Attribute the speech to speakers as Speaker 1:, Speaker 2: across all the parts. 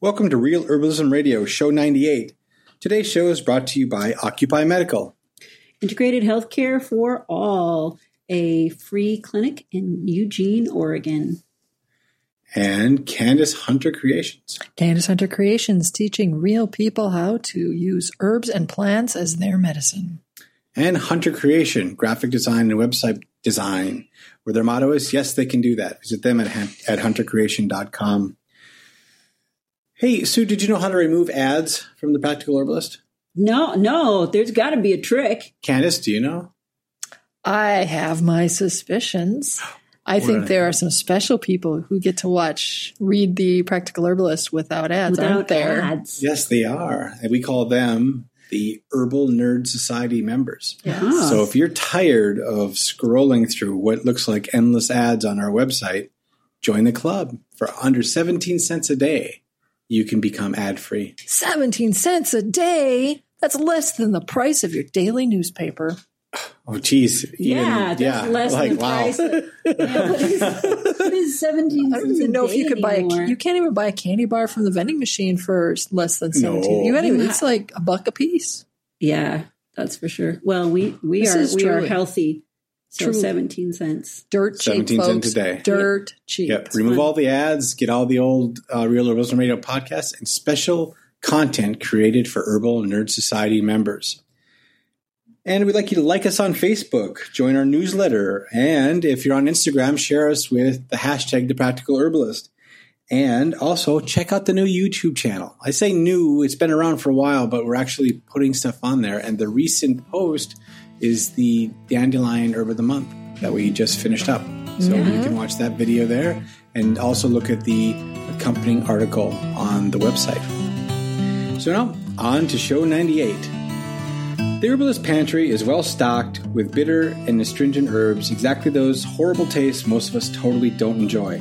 Speaker 1: Welcome to Real Herbalism Radio, Show 98. Today's show is brought to you by Occupy Medical.
Speaker 2: Integrated Healthcare for All, a free clinic in Eugene, Oregon.
Speaker 1: and Candace Hunter Creations.
Speaker 3: Candace Hunter Creations teaching real people how to use herbs and plants as their medicine.
Speaker 1: And Hunter Creation, graphic design and website design, where their motto is yes, they can do that. Visit them at, hun- at huntercreation.com. Hey, Sue, did you know how to remove ads from the Practical Herbalist?
Speaker 2: No, no, there's got to be a trick.
Speaker 1: Candace, do you know?
Speaker 3: I have my suspicions. I think
Speaker 1: Right.
Speaker 3: there are some special people who get to watch, read the Practical Herbalist without ads, aren't there?
Speaker 2: ads.
Speaker 1: Yes, they are. And we call them the Herbal Nerd Society members.
Speaker 2: Ah.
Speaker 1: So if you're tired of scrolling through what looks like endless ads on our website, join the club for under 17 cents a day. You can become ad free.
Speaker 3: 17 cents a day. That's less than the price of your daily newspaper.
Speaker 1: Oh, geez.
Speaker 2: yeah, that's less than the price. Yeah, what is- what is 17
Speaker 3: I don't even know if you could buy a,
Speaker 2: anymore?
Speaker 3: you can't even buy a candy bar from the vending machine for less than 17.
Speaker 1: No.
Speaker 3: You gotta,
Speaker 2: You
Speaker 3: it's like a buck a piece.
Speaker 2: Yeah, that's for sure. Well, we we
Speaker 3: This
Speaker 2: are
Speaker 3: is
Speaker 2: we are
Speaker 3: truly-
Speaker 2: healthy. So
Speaker 3: truly.
Speaker 2: 17 cents.
Speaker 3: Dirt cheap,
Speaker 1: 17 cents
Speaker 3: folks.
Speaker 1: a day.
Speaker 3: Dirt cheap.
Speaker 1: Yep. Remove all the ads, get all the old uh, Real Herbalism Radio podcasts and special content created for Herbal Nerd Society members. And we'd like you to like us on Facebook, join our newsletter, and if you're on Instagram, share us with the hashtag The Practical Herbalist. And also check out the new YouTube channel. I say new, it's been around for a while, but we're actually putting stuff on there. And the recent post is the Dandelion Herb of the Month that we just finished up. So you can watch that video there and also look at the accompanying article on the website. So now, on to show 98. The herbalist pantry is well stocked with bitter and astringent herbs, exactly those horrible tastes most of us totally don't enjoy.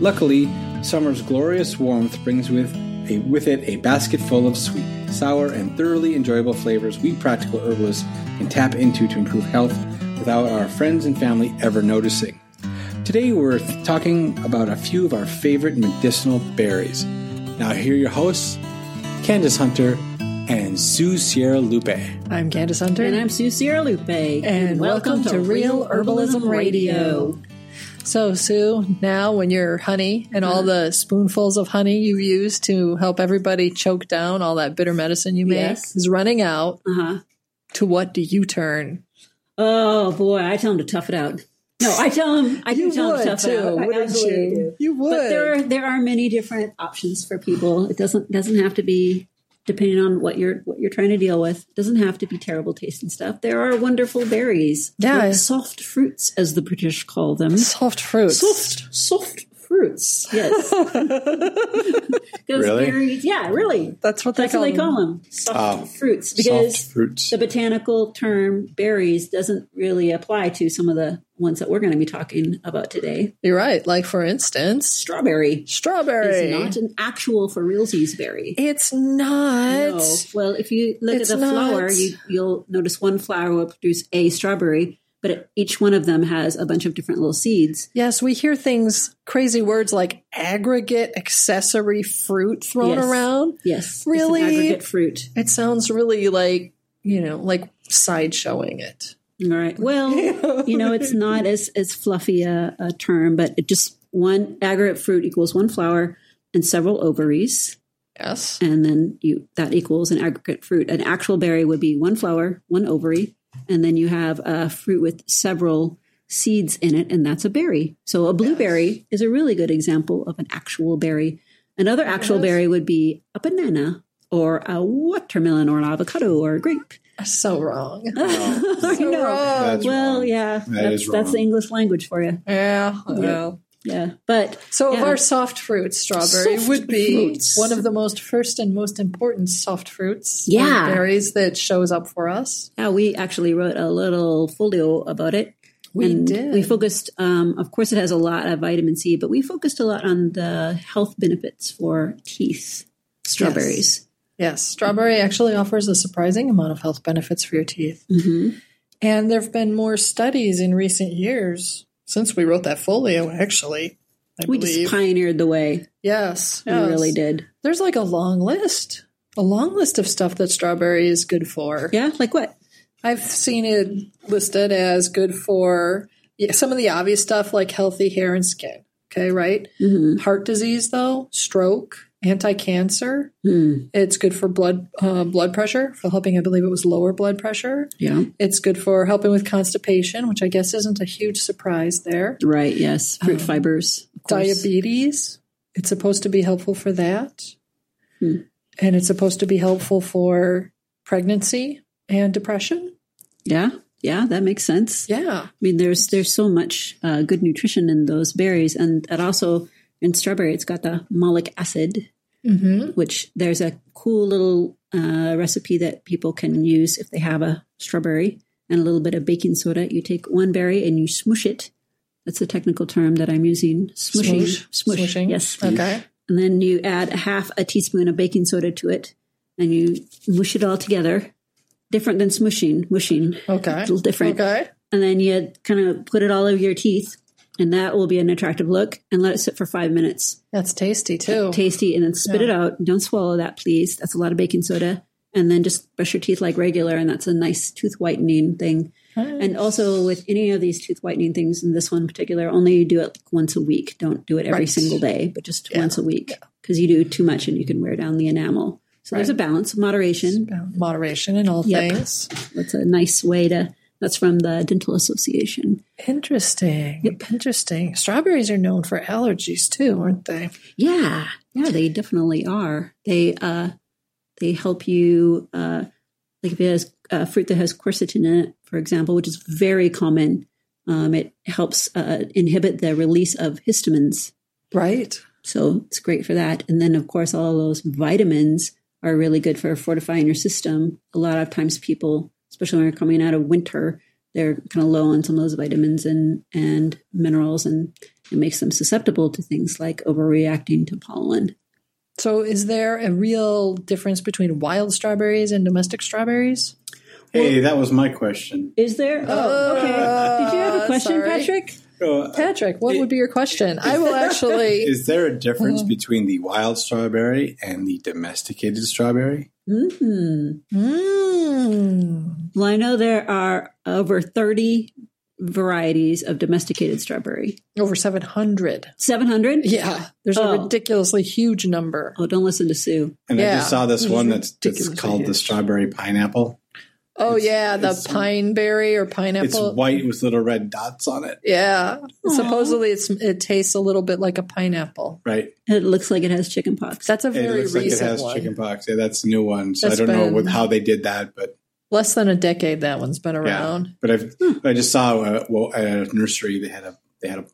Speaker 1: Luckily, summer's glorious warmth brings with, a, with it a basket full of sweet, sour, and thoroughly enjoyable flavors we practical herbalists can tap into to improve health without our friends and family ever noticing. Today, we're th- talking about a few of our favorite medicinal berries. Now, here are your hosts, Candace Hunter and Sue Sierra Lupe.
Speaker 3: I'm Candace Hunter.
Speaker 2: And I'm Sue Sierra Lupe. And,
Speaker 3: welcome to Real Herbalism Radio. so, Sue, now when your honey and all the spoonfuls of honey you use to help everybody choke down all that bitter medicine you make
Speaker 2: Yes.
Speaker 3: is running out,
Speaker 2: Uh huh.
Speaker 3: to what do you turn?
Speaker 2: Oh boy, I tell them to tough it out. No, I tell them. I do tell them to tough it out. I absolutely do.
Speaker 3: You would.
Speaker 2: But there are there are many different options for people. It doesn't doesn't have to be depending on what you're what you're trying to deal with. It doesn't have to be terrible tasting stuff. There are wonderful berries.
Speaker 3: Yeah.
Speaker 2: Like soft fruits as the British call them.
Speaker 3: soft fruits.
Speaker 2: Soft soft fruits. Yes. Those
Speaker 1: Really?
Speaker 2: berries. Yeah, really.
Speaker 3: That's um, what they
Speaker 2: That's
Speaker 3: call
Speaker 2: what they
Speaker 3: them.
Speaker 2: call them. Soft
Speaker 1: Oh.
Speaker 2: fruits. Because
Speaker 1: Soft fruits.
Speaker 2: the botanical term berries doesn't really apply to some of the ones that we're going to be talking about today.
Speaker 3: You're right. Like, for instance,
Speaker 2: Strawberry
Speaker 3: strawberry.
Speaker 2: is not an actual for realsies berry.
Speaker 3: It's not.
Speaker 2: No. Well, if you look at
Speaker 3: it's
Speaker 2: the flower,
Speaker 3: not.
Speaker 2: you, you'll notice one flower will produce a strawberry, but it- each one of them has a bunch of different little seeds.
Speaker 3: Yes, we hear things, crazy words like aggregate accessory fruit thrown
Speaker 2: Yes.
Speaker 3: around.
Speaker 2: Yes,
Speaker 3: Really?
Speaker 2: it's an aggregate fruit.
Speaker 3: It sounds really like, you know, like sideshowing it.
Speaker 2: All right. Well, you know, it's not as as fluffy a, a term, but it just one aggregate fruit equals one flower and several ovaries.
Speaker 3: Yes.
Speaker 2: and then you that equals an aggregate fruit. An actual berry would be one flower, one ovary, and then you have a fruit with several seeds in it, and that's a berry. So a blueberry is a really good example of an actual berry. Another actual berry would be a banana or a watermelon or an avocado or a grape.
Speaker 3: So wrong.
Speaker 2: I
Speaker 3: So
Speaker 2: know.
Speaker 3: wrong.
Speaker 1: That's
Speaker 2: Well,
Speaker 1: wrong.
Speaker 2: yeah, that's,
Speaker 1: is
Speaker 2: that's
Speaker 1: wrong.
Speaker 2: the English language for you.
Speaker 3: Yeah. well.
Speaker 2: Yeah, but
Speaker 3: So,
Speaker 2: Yeah.
Speaker 3: of our soft fruits, strawberry
Speaker 2: Soft
Speaker 3: would be
Speaker 2: fruits.
Speaker 3: one of the most first and most important soft fruits. and
Speaker 2: Yeah.
Speaker 3: berries that shows up for us.
Speaker 2: Yeah, we actually wrote a little folio about it.
Speaker 3: We
Speaker 2: and
Speaker 3: did.
Speaker 2: We focused, um, of course, it has a lot of vitamin C, but we focused a lot on the health benefits for teeth, strawberries.
Speaker 3: Yes, strawberry actually offers a surprising amount of health benefits for your teeth.
Speaker 2: Mm-hmm.
Speaker 3: And there have been more studies in recent years since we wrote that folio, actually, I
Speaker 2: we
Speaker 3: believe.
Speaker 2: just pioneered the way.
Speaker 3: yes,
Speaker 2: We
Speaker 3: yes.
Speaker 2: really did.
Speaker 3: There's like a long list, a long list of stuff that strawberry is good for.
Speaker 2: Yeah, like what?
Speaker 3: I've seen it listed as good for yeah, some of the obvious stuff like healthy hair and skin. Okay, right?
Speaker 2: Mm-hmm.
Speaker 3: Heart disease, though, stroke, anti-cancer.
Speaker 2: Hmm.
Speaker 3: It's good for blood uh, blood pressure for helping. I believe it was lower blood pressure.
Speaker 2: Yeah,
Speaker 3: It's good for helping with constipation, which I guess isn't a huge surprise there.
Speaker 2: right. Yes,
Speaker 3: Um,
Speaker 2: fruit fibers. of course.
Speaker 3: Diabetes. It's supposed to be helpful for that,
Speaker 2: Hmm.
Speaker 3: and it's supposed to be helpful for pregnancy and depression.
Speaker 2: Yeah, yeah, that makes sense.
Speaker 3: Yeah.
Speaker 2: I mean, there's there's so much uh, good nutrition in those berries, and it also in strawberry, it's got the malic acid,
Speaker 3: Mm-hmm.
Speaker 2: which there's a cool little uh, recipe that people can use if they have a strawberry and a little bit of baking soda. You take one berry and you smoosh it. That's the technical term that I'm using. Smooshing, smush,
Speaker 3: Smooshing.
Speaker 2: yes.
Speaker 3: Okay.
Speaker 2: And then you add a half a teaspoon of baking soda to it, and you mush it all together. Different than smooshing, mushing,
Speaker 3: Okay.
Speaker 2: little different
Speaker 3: Okay.
Speaker 2: and then you kind of put it all over your teeth, and that will be an attractive look. And let it sit for five minutes,
Speaker 3: That's tasty too.
Speaker 2: tasty, and then spit it out. Don't swallow that, please. That's a lot of baking soda. And then just brush your teeth like regular, and that's a nice tooth whitening thing. And also with any of these tooth whitening things, and this one in particular, only do it like once a week. Don't do it every
Speaker 3: Right.
Speaker 2: single day, but just once a week because you do too much and you can wear down the enamel. So there's a balance, moderation.
Speaker 3: Moderation in all
Speaker 2: Yep.
Speaker 3: things.
Speaker 2: That's a nice way to. That's from the Dental Association.
Speaker 3: Interesting. Interesting. Strawberries are known for allergies too, aren't they?
Speaker 2: Yeah, yeah, they definitely are. They uh, they help you uh, like if it has uh, fruit that has quercetin in it, for example, which is very common. Um, it helps uh, inhibit the release of histamines,
Speaker 3: Right.
Speaker 2: so it's great for that. And then, of course, all those vitamins are really good for fortifying your system. A lot of times, people, especially when you're coming out of winter, they're kind of low on some of those vitamins and and minerals, and it makes them susceptible to things like overreacting to pollen.
Speaker 3: So, is there a real difference between wild strawberries and domestic strawberries?
Speaker 1: Hey, that was my question.
Speaker 2: Is there? Oh, okay. Did you have a question,
Speaker 3: Uh, sorry.
Speaker 2: Patrick?
Speaker 1: So, uh,
Speaker 3: Patrick, what would be your question? I will actually.
Speaker 1: is there a difference between the wild strawberry and the domesticated strawberry?
Speaker 2: hmm
Speaker 3: Mm.
Speaker 2: Well, I know there are over thirty varieties of domesticated strawberry.
Speaker 3: Over 700.
Speaker 2: Seven hundred.
Speaker 3: Yeah. There's a
Speaker 2: Oh.
Speaker 3: ridiculously huge number.
Speaker 2: Oh, don't listen to Sue.
Speaker 1: And I
Speaker 3: Yeah.
Speaker 1: just saw this one that's, that's
Speaker 3: ridiculously
Speaker 1: called the
Speaker 3: huge.
Speaker 1: strawberry pineapple.
Speaker 3: Oh, yeah. The
Speaker 1: it's-
Speaker 3: pine berry or
Speaker 1: It's
Speaker 3: pineapple.
Speaker 1: white with little red dots on it,
Speaker 3: Yeah. Supposedly it's it tastes a little bit like a pineapple.
Speaker 1: right?
Speaker 2: It looks like it has chicken pox.
Speaker 3: That's a
Speaker 1: It
Speaker 3: very
Speaker 1: looks like it
Speaker 3: recent
Speaker 1: has
Speaker 3: one.
Speaker 1: chickenpox. Yeah, that's a new one. So
Speaker 3: That's
Speaker 1: I don't know
Speaker 3: been-
Speaker 1: what, how they did that, but
Speaker 3: Less than a decade that one's been around.
Speaker 1: Yeah, but I've
Speaker 3: Hmm.
Speaker 1: but I just saw a, well, at a nursery they had a they had a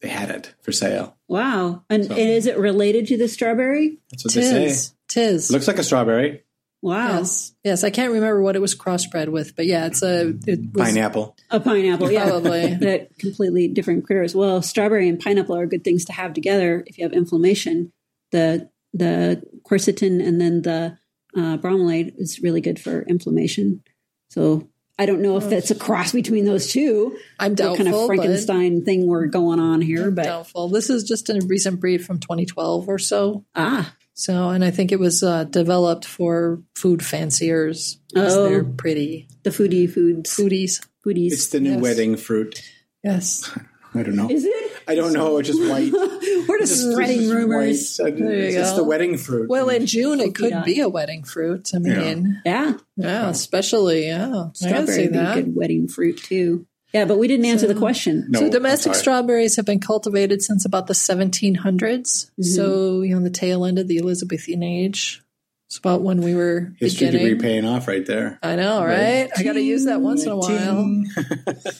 Speaker 1: they had it for sale.
Speaker 2: Wow. And,
Speaker 1: So-
Speaker 2: and is it related to the strawberry?
Speaker 1: That's what they say.
Speaker 3: Tis. Tis.
Speaker 1: Looks like a strawberry
Speaker 2: Wow.
Speaker 3: yes. Yes. I can't remember what it was crossbred with, but yeah, it's a it was
Speaker 1: pineapple.
Speaker 2: A pineapple. Yeah.
Speaker 3: probably.
Speaker 2: that completely different critters. Well, strawberry and pineapple are good things to have together if you have inflammation. The the quercetin and then the uh, bromelain is really good for inflammation. So I don't know if that's a cross between those two.
Speaker 3: I'm Oh. doubtful.
Speaker 2: what kind of
Speaker 3: but
Speaker 2: Frankenstein thing we're going on here? But
Speaker 3: doubtful. This is just a recent breed from 2012 or so.
Speaker 2: ah,
Speaker 3: So, and I think it was uh, developed for food fanciers. 'cause
Speaker 2: Oh.
Speaker 3: They're pretty
Speaker 2: the foodie foods
Speaker 3: foodies.
Speaker 2: foodies.
Speaker 1: It's the new
Speaker 3: Yes.
Speaker 1: wedding fruit.
Speaker 3: Yes.
Speaker 1: I don't know.
Speaker 2: is it?
Speaker 1: I don't know. It's just white.
Speaker 2: we're just spreading rumors.
Speaker 1: It's, white.
Speaker 3: you
Speaker 1: it's just
Speaker 3: go.
Speaker 1: the wedding fruit.
Speaker 3: Well, in June, it could
Speaker 2: Okey-doke.
Speaker 3: be a wedding fruit. I
Speaker 1: Yeah.
Speaker 3: mean,
Speaker 2: Yeah.
Speaker 3: Yeah, especially yeah. I can
Speaker 2: strawberry
Speaker 3: see
Speaker 2: would be a
Speaker 3: that.
Speaker 2: good wedding fruit too. Yeah, but we didn't answer the
Speaker 3: So-
Speaker 2: question.
Speaker 1: no,
Speaker 3: so domestic
Speaker 1: I'm sorry.
Speaker 3: strawberries have been cultivated since about the 1700s.
Speaker 2: Mm-hmm.
Speaker 3: So you know the tail end of the Elizabethan age. It's about when we were
Speaker 1: history
Speaker 3: beginning.
Speaker 1: degree paying off right there.
Speaker 3: I know, right? I got to use that once in a while.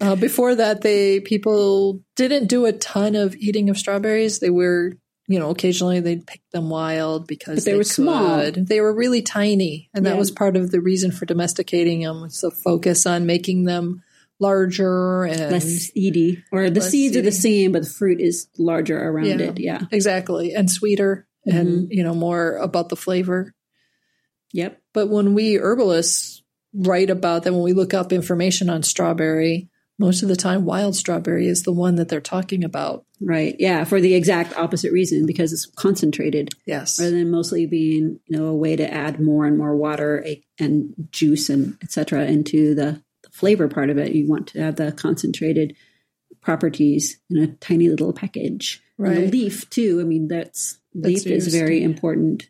Speaker 3: Uh, before that, they people didn't do a ton of eating of strawberries. They were, you know, occasionally they'd pick them wild because
Speaker 2: But they were small.
Speaker 3: could. They were really tiny, and that
Speaker 2: Yeah.
Speaker 3: was part of the reason for domesticating them was the focus on making them larger and
Speaker 2: Less seedy, E or the
Speaker 3: Less
Speaker 2: seeds are the
Speaker 3: seedy.
Speaker 2: same, but the fruit is larger around
Speaker 3: Yeah.
Speaker 2: it. Yeah.
Speaker 3: exactly and sweeter and
Speaker 2: Mm-hmm.
Speaker 3: you know more about the flavor.
Speaker 2: Yep.
Speaker 3: But when we herbalists write about that, when we look up information on strawberry, most of the time wild strawberry is the one that they're talking about.
Speaker 2: Right. Yeah. For the exact opposite reason, because it's concentrated
Speaker 3: Yes.
Speaker 2: rather than mostly being, you know, a way to add more and more water a- and juice and et cetera into the, the flavor part of it. You want to have the concentrated properties in a tiny little package. And the
Speaker 3: Right.
Speaker 2: leaf too. I mean, that's,
Speaker 3: That's
Speaker 2: leaf is
Speaker 3: used,
Speaker 2: very
Speaker 3: yeah.
Speaker 2: important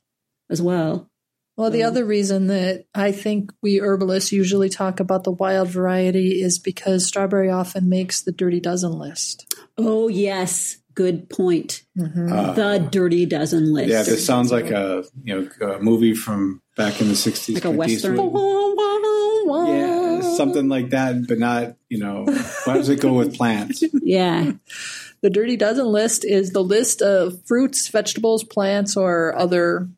Speaker 2: as well.
Speaker 3: Well, the
Speaker 2: Um,
Speaker 3: other reason that I think we herbalists usually talk about the wild variety is because strawberry often makes the dirty dozen list.
Speaker 2: Oh yes. Good point.
Speaker 3: Mm-hmm.
Speaker 1: Uh,
Speaker 2: The dirty dozen list.
Speaker 1: yeah, this sounds like a you know a movie from back in the sixties,
Speaker 2: Like a Western.
Speaker 1: Yeah, something like that, but not you know. Why does it go with plants?
Speaker 2: yeah.
Speaker 3: The dirty dozen list is the list of fruits, vegetables, plants, or other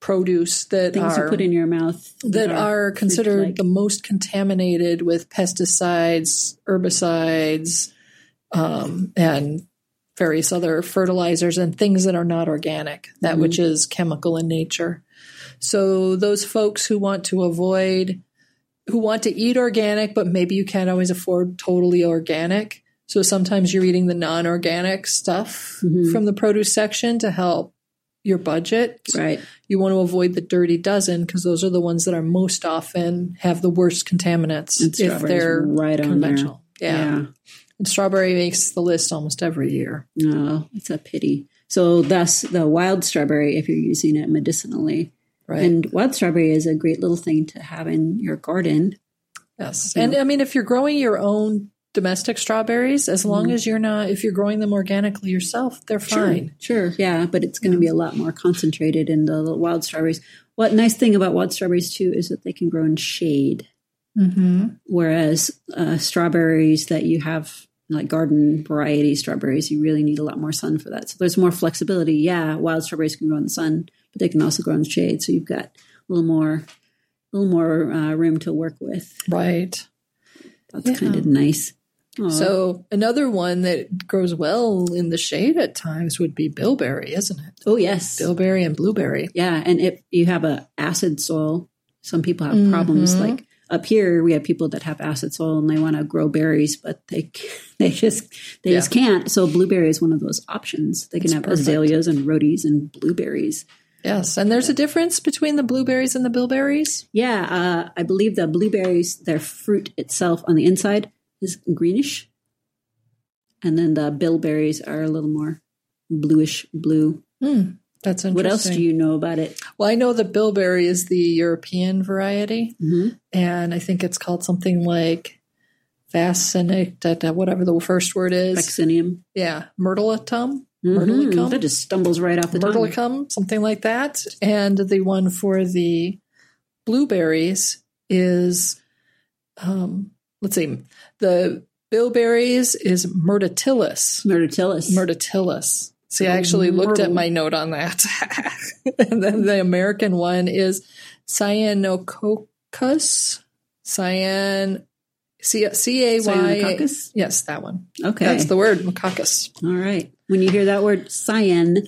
Speaker 3: produce that
Speaker 2: Things
Speaker 3: are
Speaker 2: you put in your mouth
Speaker 3: that are considered
Speaker 2: like-
Speaker 3: the most contaminated with pesticides, herbicides, um, and various other fertilizers and things that are not organic, that
Speaker 2: Mhm.
Speaker 3: which is chemical in nature. So, those folks who want to avoid, who want to eat organic, but maybe you can't always afford totally organic. So, sometimes you're eating the non organic stuff
Speaker 2: Mhm.
Speaker 3: from the produce section to help your budget
Speaker 2: right.
Speaker 3: you want to avoid the dirty dozen because those are the ones that are most often have the worst contaminants
Speaker 2: And
Speaker 3: if
Speaker 2: strawberries
Speaker 3: they're
Speaker 2: right on there.
Speaker 3: conventional. Yeah. And strawberry makes the list almost every year.
Speaker 2: Yeah. Oh, it's a pity. So, thus the wild strawberry, if you're using it medicinally,
Speaker 3: Right.
Speaker 2: and wild strawberry is a great little thing to have in your garden.
Speaker 3: yes. And I mean, if you're growing your own domestic strawberries, as long as you're not, if you're growing them organically yourself, they're fine.
Speaker 2: Mm-hmm. Sure. Yeah, but it's going to be a lot more concentrated in the little wild strawberries. What nice thing about wild strawberries too is that they can grow in shade,
Speaker 3: Mm-hmm.
Speaker 2: whereas uh, strawberries that you have like garden variety strawberries, you really need a lot more sun for that. So there's more flexibility. Yeah, wild strawberries can grow in the sun, but they can also grow in the shade. So you've got a little more, a little more uh, room to work with.
Speaker 3: Right.
Speaker 2: That's
Speaker 3: Yeah.
Speaker 2: kind of nice. Aw.
Speaker 3: So another one that grows well in the shade at times would be bilberry, isn't it?
Speaker 2: oh yes,
Speaker 3: Bilberry and blueberry.
Speaker 2: Yeah, and if you have a acid soil, some people have problems.
Speaker 3: Mhm.
Speaker 2: Like up here, we have people that have acid soil and they want to grow berries, but they c- they just they just can't. So blueberry is one of those options. They can
Speaker 3: That's
Speaker 2: have
Speaker 3: perfect.
Speaker 2: azaleas and rhodies and blueberries.
Speaker 3: Yes. And there's a difference between the blueberries and the bilberries.
Speaker 2: Yeah, uh, I believe the blueberries, their fruit itself on the inside is greenish, and then the bilberries are a little more bluish blue.
Speaker 3: Hmm, that's interesting.
Speaker 2: What else do you know about it?
Speaker 3: Well, I know that bilberry is the European variety,
Speaker 2: hmm
Speaker 3: and I think it's called something like fascinic, da- da- whatever the first word is.
Speaker 2: Vaccinium.
Speaker 3: yeah, myrtletum,
Speaker 2: Mhm.
Speaker 3: Myrtlicum?
Speaker 2: That just stumbles right off the tongue.
Speaker 3: myrtlecum, something like that. And the one for the blueberries is, um, let's see, the bilberries is myrtillus.
Speaker 2: Myrtillus.
Speaker 3: Myrtillus. See, I
Speaker 2: Oh,
Speaker 3: actually looked at
Speaker 2: myrtle.
Speaker 3: my note on that. and then the American one is Cyanococcus. Cyan. C A Y.
Speaker 2: Cyanococcus?
Speaker 3: Yes, that one.
Speaker 2: Okay.
Speaker 3: That's the word, Macaccus.
Speaker 2: All right. When you hear that word cyan,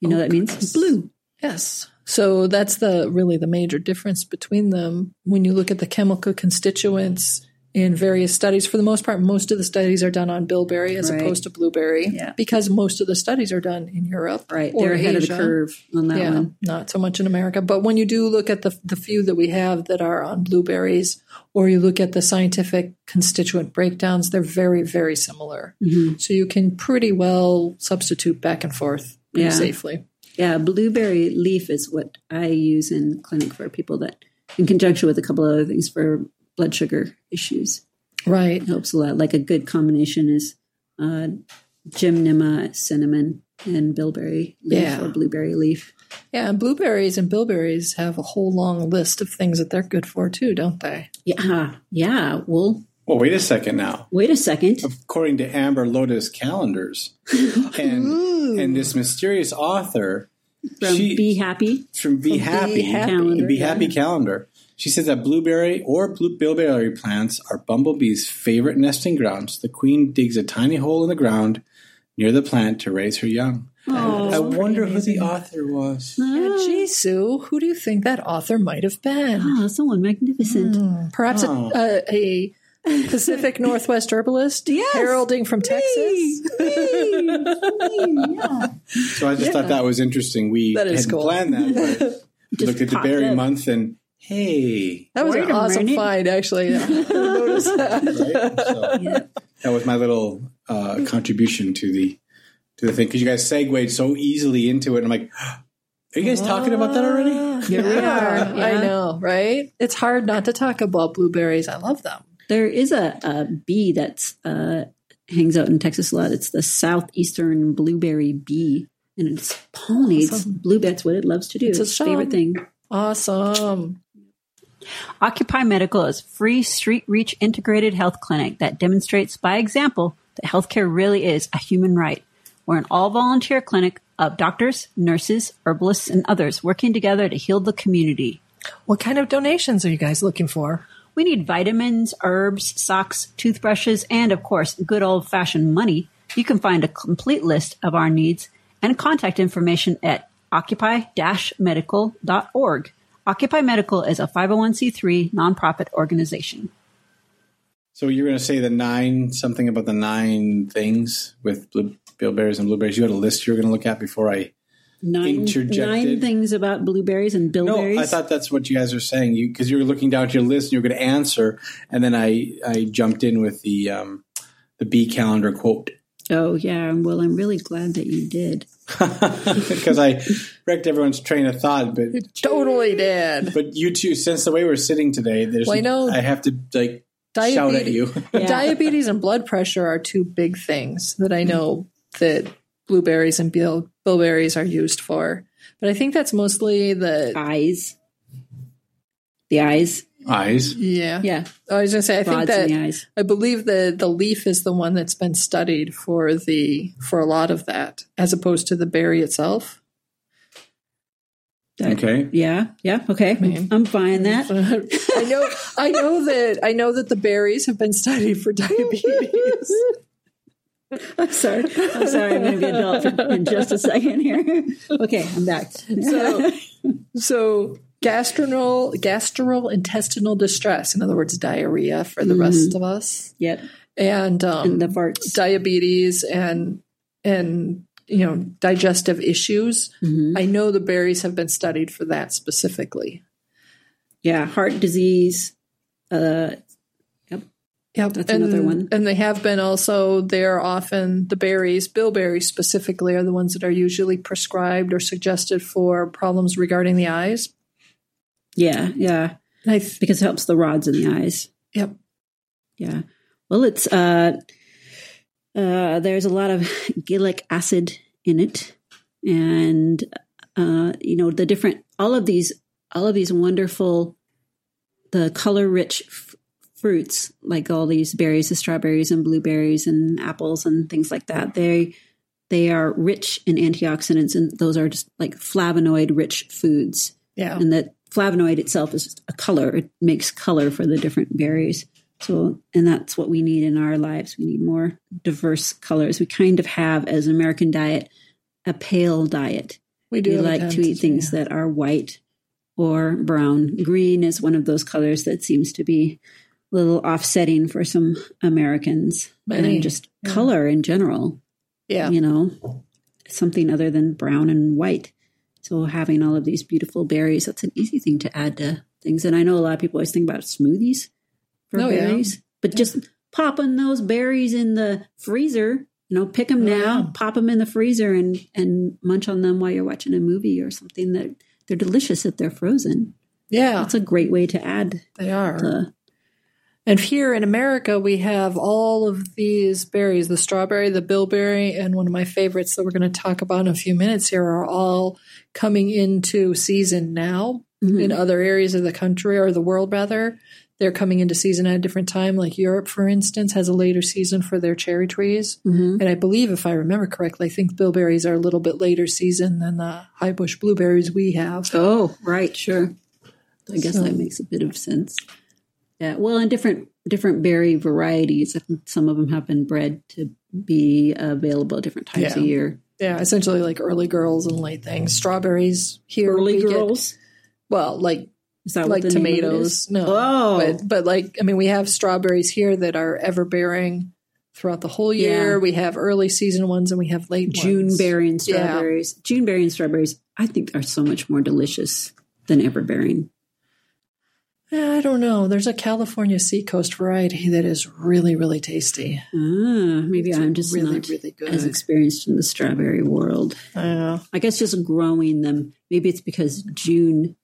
Speaker 2: you know that means
Speaker 3: Ococcus.
Speaker 2: blue.
Speaker 3: Yes. So that's the really the major difference between them when you look at the chemical constituents in various studies. For the most part, most of the studies are done on bilberry as
Speaker 2: Right.
Speaker 3: opposed to blueberry
Speaker 2: Yeah.
Speaker 3: because most of the studies are done in Europe.
Speaker 2: Right.
Speaker 3: or
Speaker 2: They're ahead of the
Speaker 3: Asia.
Speaker 2: curve on that
Speaker 3: yeah,
Speaker 2: one.
Speaker 3: not so much in America. But when you do look at the the few that we have that are on blueberries, or you look at the scientific constituent breakdowns, they're very very similar.
Speaker 2: hmm
Speaker 3: So you can pretty well substitute back and forth pretty
Speaker 2: Yeah.
Speaker 3: safely.
Speaker 2: Yeah. Blueberry leaf is what I use in clinic for people that, in conjunction with a couple of other things for blood sugar issues,
Speaker 3: Right.
Speaker 2: it helps a lot. Like a good combination is uh, gymnema, cinnamon, and bilberry leaf
Speaker 3: Yeah.
Speaker 2: or blueberry leaf.
Speaker 3: Yeah, and blueberries and bilberries have a whole long list of things that they're good for too, don't they?
Speaker 2: Yeah. Yeah. Well,
Speaker 1: Well, wait a second now.
Speaker 2: wait a second.
Speaker 1: According to Amber Lotus calendars, and and this mysterious author
Speaker 2: From
Speaker 1: she-
Speaker 2: Be Happy.
Speaker 1: from Be
Speaker 3: Be
Speaker 1: Happy,
Speaker 3: Happy.
Speaker 1: the Be
Speaker 2: yeah.
Speaker 1: Happy calendar. She said that blueberry or blue bilberry plants are bumblebees' favorite nesting grounds. The queen digs a tiny hole in the ground near the plant to raise her young.
Speaker 2: Oh,
Speaker 1: I wonder who the author was.
Speaker 3: And
Speaker 2: Ah.
Speaker 3: gee, Sue, who do you think that author might have been? Hmm.
Speaker 2: Oh, someone magnificent.
Speaker 3: Perhaps
Speaker 1: Oh.
Speaker 3: a, a, a Pacific Northwest herbalist,
Speaker 2: Yes.
Speaker 3: heralding from Texas.
Speaker 1: So I just thought that was interesting. We
Speaker 3: That is
Speaker 1: had
Speaker 3: cool.
Speaker 1: planned that. But we
Speaker 2: Just
Speaker 1: looked at the
Speaker 2: popped
Speaker 1: berry
Speaker 2: up.
Speaker 1: month and hey,
Speaker 3: That was
Speaker 2: Wait
Speaker 3: an
Speaker 2: a
Speaker 3: awesome
Speaker 2: minute.
Speaker 3: find, actually. Yeah. I noticed that.
Speaker 1: right? So
Speaker 2: Yeah.
Speaker 1: that was my little uh, contribution to the to the thing because you guys segued so easily into it. I'm like, are you guys talking about that already?
Speaker 2: Here we
Speaker 3: Yeah,
Speaker 2: are.
Speaker 3: I
Speaker 2: Yeah.
Speaker 3: know, right? It's hard not to talk about blueberries. I love them.
Speaker 2: There is a, a bee that's uh, hangs out in Texas a lot. It's the southeastern blueberry bee, and it's pollinates
Speaker 3: Awesome.
Speaker 2: blue. That's what it loves to do.
Speaker 3: It's
Speaker 2: It's,
Speaker 3: a
Speaker 2: its favorite
Speaker 3: song.
Speaker 2: thing.
Speaker 3: Awesome.
Speaker 4: Occupy Medical is free street reach integrated health clinic that demonstrates by example that healthcare really is a human right. We're an all volunteer clinic of doctors, nurses, herbalists, and others working together to heal the community.
Speaker 3: What kind of donations are you guys looking for?
Speaker 4: We need vitamins, herbs, socks, toothbrushes, and of course, good old fashioned money. You can find a complete list of our needs and contact information at occupy medical.org. Occupy Medical is a 501c3 nonprofit organization.
Speaker 1: So you're going to say the nine something about the nine things with blue, billberries and blueberries. You had a list you were going to look at before I.
Speaker 2: Nine,
Speaker 1: Interjected.
Speaker 2: nine things about blueberries and bilberries.
Speaker 1: No, I thought that's what you guys were saying. You because you were looking down at your list and you were going to answer, and then I I jumped in with the um, the bee calendar quote
Speaker 2: oh yeah. Well, I'm really glad that you did.
Speaker 1: because I wrecked everyone's train of thought. But
Speaker 3: Totally did.
Speaker 1: but you two, since the way we're sitting today, there's
Speaker 3: Well, I know-
Speaker 1: I have to like
Speaker 3: Diabetes.
Speaker 1: shout at you.
Speaker 2: Yeah.
Speaker 3: Diabetes and blood pressure are two big things that I know that blueberries and bil- bilberries are used for. But I think that's mostly the
Speaker 2: Eyes. The eyes.
Speaker 1: Eyes.
Speaker 3: yeah.
Speaker 2: Yeah.
Speaker 3: I was gonna say I think
Speaker 2: Rods
Speaker 3: that
Speaker 2: in the eyes.
Speaker 3: I believe the the leaf is the one that's been studied for the for a lot of that, as opposed to the berry itself.
Speaker 2: That-
Speaker 1: Okay.
Speaker 2: Yeah. Yeah. Okay.
Speaker 3: mean-
Speaker 2: I'm buying that.
Speaker 3: I know I know that I know that the berries have been studied for diabetes.
Speaker 2: I'm sorry. I'm sorry. I'm going to be adult in- in just a second here. Okay, I'm back.
Speaker 3: So so gastrinol gastrointestinal distress, in other words, diarrhea for the rest of us.
Speaker 2: yep,
Speaker 3: And um
Speaker 2: Mm-hmm. and the farts.
Speaker 3: diabetes and and you know digestive issues.
Speaker 2: Mm-hmm.
Speaker 3: I know the berries have been studied for that specifically.
Speaker 2: Yeah, heart disease. Uh,
Speaker 3: Yep,
Speaker 2: That's another one.
Speaker 3: And they have been also. They are often the berries, bilberries specifically, are the ones that are usually prescribed or suggested for problems regarding the eyes.
Speaker 2: yeah, yeah,
Speaker 3: And I th-
Speaker 2: because it helps the rods in the eyes.
Speaker 3: yep.
Speaker 2: Yeah. Well, it's uh, uh, there's a lot of gillic acid in it, and uh, you know the different all of these all of these wonderful the color rich f- fruits like all these berries, the strawberries and blueberries and apples and things like that. They they are rich in antioxidants, and those are just like flavonoid rich foods
Speaker 3: Yeah.
Speaker 2: and that flavonoid itself is a color it makes color for the different berries so and that's what we need in our lives we need more diverse colors we kind of have as an american diet a pale diet
Speaker 3: We do
Speaker 2: we
Speaker 3: have a
Speaker 2: like to
Speaker 3: tendency,
Speaker 2: eat things
Speaker 3: yeah.
Speaker 2: that are white or brown green is one of those colors that seems to be a little offsetting for some americans
Speaker 3: Many,
Speaker 2: and just
Speaker 3: yeah.
Speaker 2: color in general
Speaker 3: yeah.
Speaker 2: you know, something other than brown and white. So having all of these beautiful berries, that's an easy thing to add to things. And I know a lot of people always think about smoothies for
Speaker 3: Oh, yeah.
Speaker 2: berries, but just popping those berries in the freezer, you know, pick them
Speaker 3: Oh,
Speaker 2: now,
Speaker 3: yeah.
Speaker 2: pop them in the freezer and, and munch on them while you're watching a movie or something that they're delicious if they're frozen.
Speaker 3: Yeah.
Speaker 2: That's a great way to add
Speaker 3: they are.
Speaker 2: the,
Speaker 3: And here in America, we have all of these berries the strawberry, the bilberry, and one of my favorites that we're going to talk about in a few minutes here are all coming into season now
Speaker 2: Mhm.
Speaker 3: in other areas of the country or the world, rather. They're coming into season at a different time. Like Europe, for instance, has a later season for their cherry trees.
Speaker 2: Mhm.
Speaker 3: And I believe, if I remember correctly, I think bilberries are a little bit later season than the high bush blueberries we have.
Speaker 2: Oh, right, sure. I guess
Speaker 3: So-
Speaker 2: that makes a bit of sense. Yeah, well, and different different berry varieties. I think some of them have been bred to be available at different times
Speaker 3: Yeah.
Speaker 2: a year.
Speaker 3: Yeah, essentially like early girls and late things. Strawberries here. we get- Well, like
Speaker 2: Is that
Speaker 3: like
Speaker 2: what the Name of it
Speaker 3: tomatoes.
Speaker 2: is?
Speaker 3: No,
Speaker 2: Oh.
Speaker 3: but, but like I mean, we have strawberries here that are ever bearing throughout the whole year.
Speaker 2: Yeah.
Speaker 3: We have early season ones and we have late
Speaker 2: June
Speaker 3: ones.
Speaker 2: berry and
Speaker 3: Yeah.
Speaker 2: strawberries. June berry and strawberries, I think, are so much more delicious than everbearing.
Speaker 3: Yeah, I don't know. There's a California seacoast variety that is really, really tasty.
Speaker 2: Ah, maybe I'm just
Speaker 3: really,
Speaker 2: not
Speaker 3: really good.
Speaker 2: as experienced in the strawberry world.
Speaker 3: Yeah.
Speaker 2: I guess just growing them. Maybe it's because June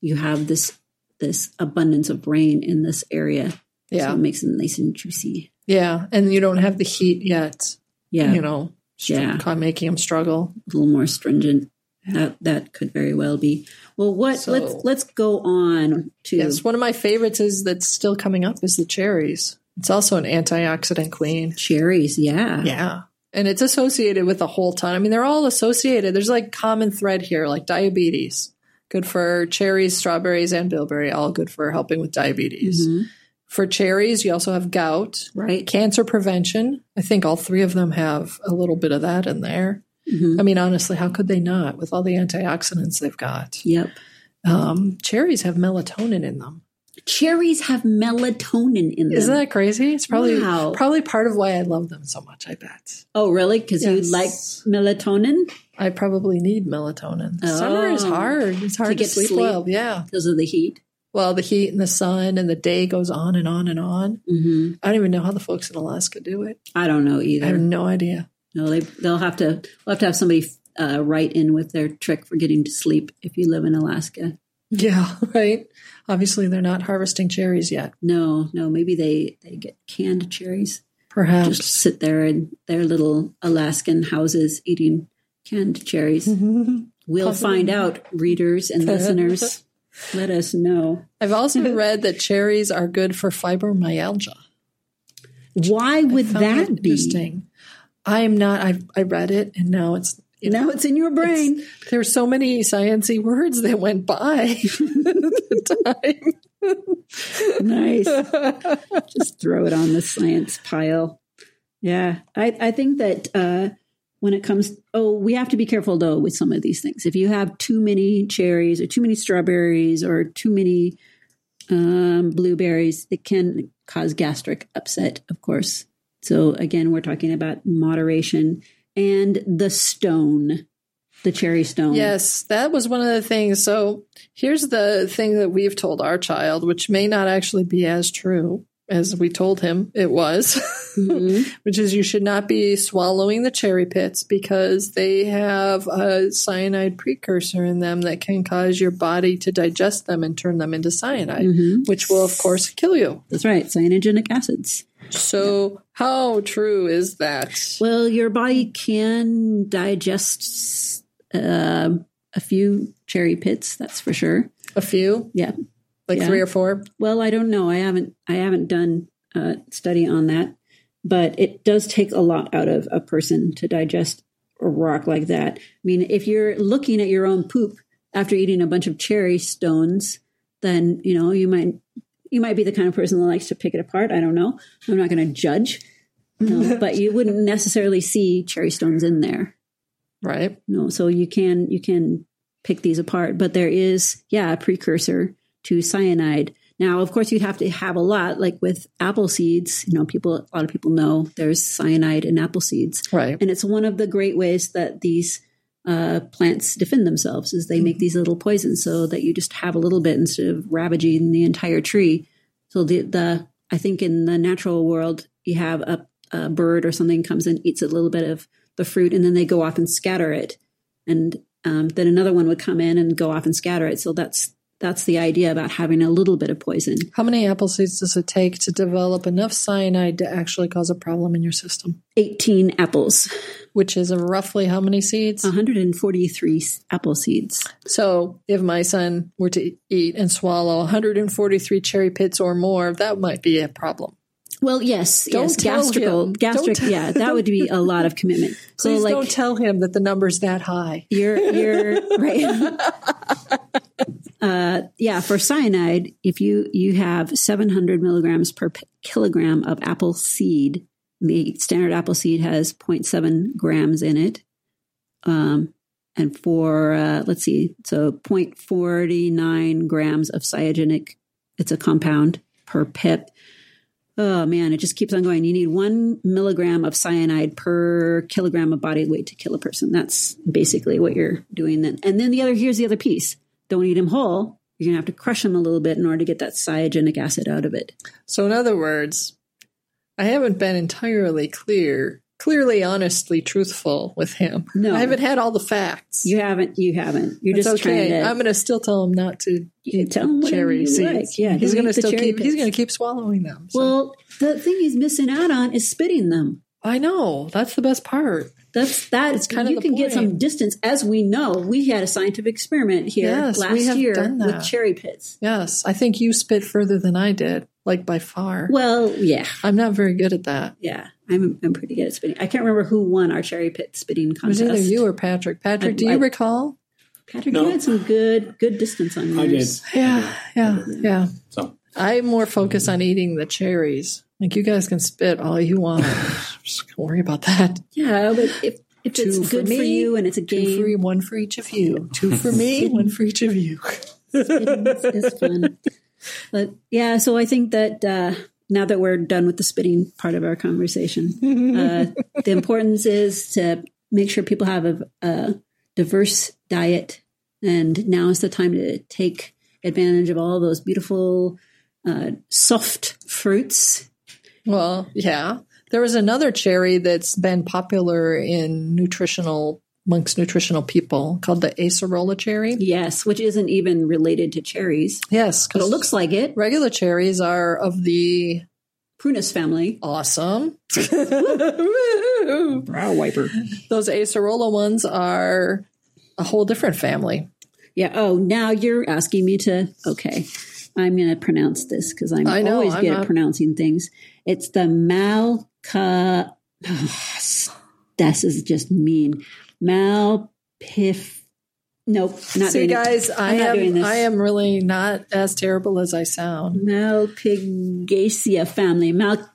Speaker 2: you have this this abundance of rain in this area, so
Speaker 3: Yeah.
Speaker 2: it makes them nice and juicy.
Speaker 3: yeah. And you don't have the heat yet,
Speaker 2: Yeah,
Speaker 3: you know, str-
Speaker 2: Yeah.
Speaker 3: kind of making them struggle.
Speaker 2: a little more stringent. That that could very well be. Well, what
Speaker 3: So-
Speaker 2: let's let's go on to
Speaker 3: Yes. One of my favorites is that's still coming up is the cherries. It's also an antioxidant queen.
Speaker 2: cherries. Yeah,
Speaker 3: Yeah. And it's associated with a whole ton. I mean, they're all associated. There's like common thread here, like diabetes. Good for cherries, strawberries, and bilberry, all good for helping with diabetes.
Speaker 2: Mhm.
Speaker 3: For cherries, you also have gout,
Speaker 2: right.
Speaker 3: cancer prevention. I think all three of them have a little bit of that in there.
Speaker 2: Mhm.
Speaker 3: I mean, honestly, how could they not with all the antioxidants they've got?
Speaker 2: Yep.
Speaker 3: Um, cherries have melatonin in them.
Speaker 2: Cherries have melatonin in them.
Speaker 3: Isn't that crazy? It's probably
Speaker 2: Wow.
Speaker 3: probably part of why I love them so much. I bet.
Speaker 2: oh, really? Because
Speaker 3: Yes.
Speaker 2: you like melatonin
Speaker 3: I probably need melatonin. Summer is
Speaker 2: Oh.
Speaker 3: hard. It's hard to,
Speaker 2: get
Speaker 3: sleep,
Speaker 2: sleep.
Speaker 3: well. Yeah.
Speaker 2: because of the heat.
Speaker 3: Well, the heat and the sun and the day goes on and on and on.
Speaker 2: hmm
Speaker 3: I don't even know how the folks in Alaska do it.
Speaker 2: I don't know either.
Speaker 3: I have no idea.
Speaker 2: No, they they'll have to we'll have to have somebody uh, write in with their trick for getting to sleep if you live in Alaska.
Speaker 3: Yeah, right. Obviously, they're not harvesting cherries yet.
Speaker 2: No, no, maybe they they get canned cherries.
Speaker 3: Perhaps.
Speaker 2: Just sit there in their little Alaskan houses eating canned cherries. We'll
Speaker 3: Mm-hmm. Possibly.
Speaker 2: find out, readers and listeners. Let us know.
Speaker 3: I've also read that cherries are good for fibromyalgia.
Speaker 2: Why would
Speaker 3: Found
Speaker 2: that be?
Speaker 3: interesting? I am not. I I read it, and now it's you
Speaker 2: Now
Speaker 3: know
Speaker 2: it's in your brain.
Speaker 3: there's so many sciency words that went by at the
Speaker 2: nice.
Speaker 3: time.
Speaker 2: just throw it on the science pile. Yeah, I, I think that uh, when it comes, oh, we have to be careful though with some of these things. If you have too many cherries or too many strawberries or too many um, blueberries, it can cause gastric upset, of course. So again, we're talking about moderation and the stone, the cherry stone.
Speaker 3: Yes, that was one of the things. So here's the thing that we've told our child, which may not actually be as true as we told him it was,
Speaker 2: Mhm.
Speaker 3: which is you should not be swallowing the cherry pits because they have a cyanide precursor in them that can cause your body to digest them and turn them into cyanide,
Speaker 2: Mhm.
Speaker 3: which will, of course, kill you.
Speaker 2: that's right. Cyanogenic acids.
Speaker 3: So, how true is that?
Speaker 2: Well, your body can digest uh, a few cherry pits, that's for sure.
Speaker 3: A few,
Speaker 2: Yeah.
Speaker 3: like
Speaker 2: Yeah.
Speaker 3: three or four?
Speaker 2: Well, I don't know. I haven't. I haven't done a study on that, but it does take a lot out of a person to digest a rock like that. I mean, if you're looking at your own poop after eating a bunch of cherry stones, then you know you might you might be the kind of person that likes to pick it apart. I don't know. I'm not going to judge. No, but you wouldn't necessarily see cherry stones in there
Speaker 3: Right.
Speaker 2: no so you can you can pick these apart but there is yeah a precursor to cyanide now of course you have to have a lot like with apple seeds you know people a lot of people know there's cyanide in apple seeds
Speaker 3: Right.
Speaker 2: and it's one of the great ways that these uh, plants defend themselves is they make these little poisons so that you just have a little bit instead of ravaging the entire tree so the, the i think in the natural world you have a, a bird or something comes and eats a little bit of the fruit and then they go off and scatter it and um, then another one would come in and go off and scatter it so that's that's the idea about having a little bit of poison
Speaker 3: How many apple seeds does it take to develop enough cyanide to actually cause a problem in your system?
Speaker 2: 18 apples
Speaker 3: Which is roughly how many seeds?
Speaker 2: 143 s- apple seeds
Speaker 3: So, if my son were to eat and swallow 143 cherry pits or more, that might be a problem.
Speaker 2: Well, yes,
Speaker 3: Don't
Speaker 2: yes,
Speaker 3: tell
Speaker 2: gastrical,
Speaker 3: him.
Speaker 2: gastric.
Speaker 3: Don't-
Speaker 2: yeah, that would be a lot of commitment. So,
Speaker 3: Please
Speaker 2: like,
Speaker 3: don't tell him that the number's that high.
Speaker 2: you're you're right. uh, yeah, for cyanide, if you you have 700 milligrams per p- kilogram of apple seed, the standard apple seed has 0.7 grams in it. Um, and for uh, let's see, so 0.49 grams of cyanogen. It's a compound per pip. Oh man, it just keeps on going. You need one milligram of cyanide per kilogram of body weight to kill a person. That's basically what you're doing then. And then the other here's the other piece. Don't eat them whole. You're gonna have to crush them a little bit in order to get that cyanogen acid out of it.
Speaker 3: So, in other words, I haven't been entirely clear, clearly, honestly, truthful with him.
Speaker 2: No.
Speaker 3: I haven't had all the facts.
Speaker 2: You haven't. You haven't. You're
Speaker 3: it's
Speaker 2: just
Speaker 3: okay.
Speaker 2: trying to.
Speaker 3: I'm going to still tell him not to
Speaker 2: You tell him whatever
Speaker 3: cherry
Speaker 2: you
Speaker 3: seeds.
Speaker 2: like. Yeah,
Speaker 3: he's
Speaker 2: don't eat
Speaker 3: going
Speaker 2: the
Speaker 3: to still
Speaker 2: cherry
Speaker 3: keep. He's
Speaker 2: pits.
Speaker 3: going to keep swallowing them. So-
Speaker 2: well, the thing he's missing out on is spitting them.
Speaker 3: I know that's the best part.
Speaker 2: That's that. It's
Speaker 3: kind of
Speaker 2: you
Speaker 3: the
Speaker 2: can get some
Speaker 3: point.
Speaker 2: distance. As we know, we had a scientific experiment here
Speaker 3: Yes, we
Speaker 2: last
Speaker 3: have
Speaker 2: year
Speaker 3: done that.
Speaker 2: with cherry pits.
Speaker 3: Yes, I think you spit further than I did, like by far.
Speaker 2: Well, yeah,
Speaker 3: I'm not very good at that.
Speaker 2: yeah. I'm I'm pretty good at spitting. I can't remember who won our cherry pit spitting
Speaker 3: It was
Speaker 2: contest.
Speaker 3: either you or Patrick. Patrick,
Speaker 2: I-
Speaker 3: do you
Speaker 2: I-
Speaker 3: recall?
Speaker 2: Patrick,
Speaker 1: No.
Speaker 2: you had some good good distance on yours.
Speaker 1: I did.
Speaker 3: Yeah, yeah, yeah.
Speaker 1: So
Speaker 3: I more focus on eating the cherries. Like you guys can spit all you want. Just don't worry about that.
Speaker 2: Yeah, but if if
Speaker 3: Two
Speaker 2: it's
Speaker 3: for
Speaker 2: good for
Speaker 3: me,
Speaker 2: you and it's a game,
Speaker 3: Two for you, one for each of you. Two for me, one for each of you.
Speaker 2: it's, it's fun. But yeah, so I think that uh, now that we're done with the spitting part of our conversation, uh, the importance is to make sure people have a, a diverse diet. And now is the time to take advantage of all those beautiful uh, soft fruits.
Speaker 3: Well, yeah. There was another cherry that's been popular in nutritional monks nutritional people called the acerola cherry.
Speaker 2: Yes, which isn't even related to cherries,
Speaker 3: Yes,
Speaker 2: but it
Speaker 3: because
Speaker 2: looks like it.
Speaker 3: regular cherries are of the
Speaker 2: Prunus family.
Speaker 3: awesome. Those
Speaker 2: Brow wiper.
Speaker 3: acerola ones are a whole different family.
Speaker 2: Yeah. Oh, now you're asking me to. Okay. I'm going to pronounce this because I'm
Speaker 3: I know,
Speaker 2: always
Speaker 3: I'm
Speaker 2: good
Speaker 3: not-
Speaker 2: at pronouncing things. It's the Malca. this is just mean. Malpif. Nope. Not
Speaker 3: See,
Speaker 2: doing
Speaker 3: guys,
Speaker 2: it.
Speaker 3: I
Speaker 2: I'm not doing
Speaker 3: am
Speaker 2: this.
Speaker 3: I am really not as terrible as I sound.
Speaker 2: Malpigacea family. Mal-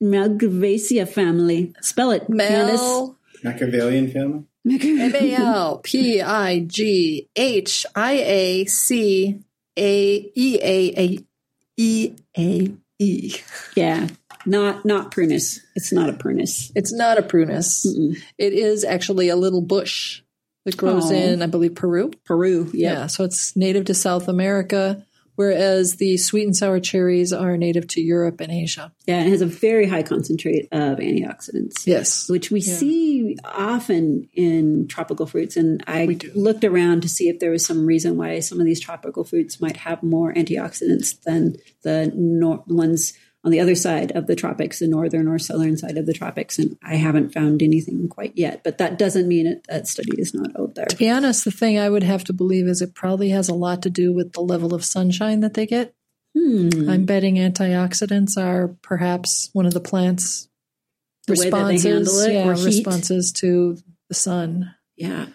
Speaker 2: Malgavacia family. Spell it, Candace.
Speaker 3: Mal
Speaker 1: Machiavellian family.
Speaker 3: M A L P I G H I A C A E A A E A E.
Speaker 2: yeah. Not not prunus. It's not a prunus.
Speaker 3: It's not a prunus.
Speaker 2: Mm-mm.
Speaker 3: It is actually a little bush that grows
Speaker 2: Oh.
Speaker 3: in, I believe, Peru.
Speaker 2: Peru. Yeah.
Speaker 3: Yeah, so it's native to South America, whereas the sweet and sour cherries are native to Europe and Asia.
Speaker 2: Yeah, it has a very high concentrate of antioxidants,
Speaker 3: Yes.
Speaker 2: which we see often in tropical fruits. And I
Speaker 3: do.
Speaker 2: looked around to see if there was some reason why some of these tropical fruits might have more antioxidants than the nor- ones on the other side of the tropics, the northern or southern side of the tropics. And I haven't found anything quite yet, but that doesn't mean it, that study is not out there.
Speaker 3: To be honest, the thing I would have to believe is it probably has a lot to do with the level of sunshine that they get.
Speaker 2: Hmm.
Speaker 3: I'm betting antioxidants are perhaps one of the plants'
Speaker 2: The way that they
Speaker 3: responses,
Speaker 2: handle it,
Speaker 3: yeah,
Speaker 2: or heat.
Speaker 3: responses to the sun.
Speaker 2: Yeah,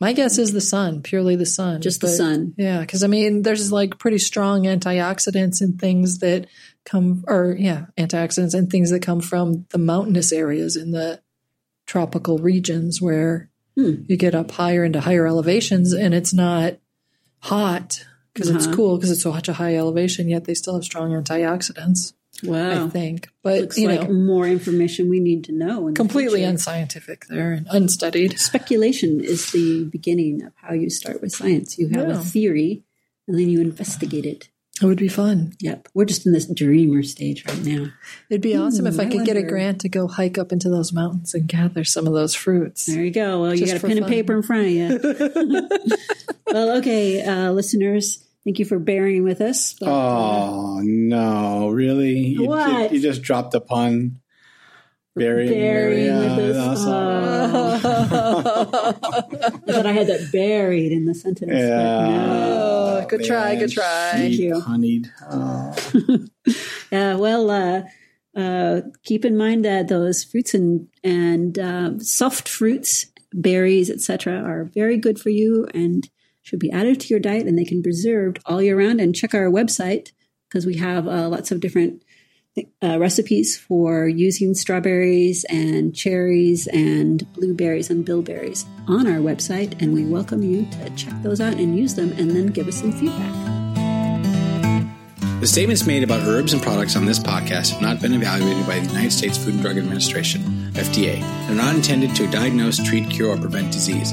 Speaker 3: My guess is the sun, purely the sun,
Speaker 2: just the
Speaker 3: but-
Speaker 2: sun.
Speaker 3: Yeah, because I mean, there's like pretty strong antioxidants and things that come, or yeah, antioxidants and things that come from the mountainous areas in the tropical regions where
Speaker 2: Hmm.
Speaker 3: you get up higher into higher elevations and it's not hot because
Speaker 2: Uh-huh.
Speaker 3: it's cool because it's such a high elevation, yet they still have strong antioxidants,
Speaker 2: Wow.
Speaker 3: I think. But,
Speaker 2: Looks
Speaker 3: you
Speaker 2: like
Speaker 3: know,
Speaker 2: more information we need to know. in the
Speaker 3: completely
Speaker 2: future.
Speaker 3: unscientific there and unstudied.
Speaker 2: speculation is the beginning of how you start with science. You have
Speaker 3: Yeah.
Speaker 2: a theory and then you investigate it.
Speaker 3: It would be fun.
Speaker 2: Yep. We're just in this dreamer stage right now.
Speaker 3: It'd be awesome if I,
Speaker 2: Hmm, I
Speaker 3: could get a
Speaker 2: wonder.
Speaker 3: grant to go hike up into those mountains and gather some of those fruits.
Speaker 2: There you go. Well,
Speaker 3: Just
Speaker 2: you got
Speaker 3: for
Speaker 2: a pen
Speaker 3: fun.
Speaker 2: and paper in front of you. well, okay, uh, listeners, thank you for bearing with us. But, uh,
Speaker 1: Oh no! Really? You,
Speaker 2: What?
Speaker 1: You, just dropped a pun. Burying,
Speaker 2: Burying
Speaker 1: yeah,
Speaker 2: with
Speaker 1: no,
Speaker 2: us.
Speaker 1: sorry.
Speaker 2: Oh, I thought I had that buried in the sentence. but no.
Speaker 1: Yeah.
Speaker 3: good try, good try.
Speaker 2: Thank
Speaker 1: she
Speaker 2: you.
Speaker 1: Honeyed. Oh.
Speaker 2: Yeah, well, uh, uh, keep in mind that those fruits and and uh, soft fruits, berries, etc., are very good for you and should be added to your diet. And they can be preserved all year round. And check our website because we have uh, lots of different uh, recipes for using strawberries and cherries and blueberries and bilberries on our website, and we welcome you to check those out and use them and then give us some feedback.
Speaker 5: The statements made about herbs and products on this podcast have not been evaluated by the United States Food and Drug Administration, FDA. They're not intended to diagnose, treat, cure, or prevent disease.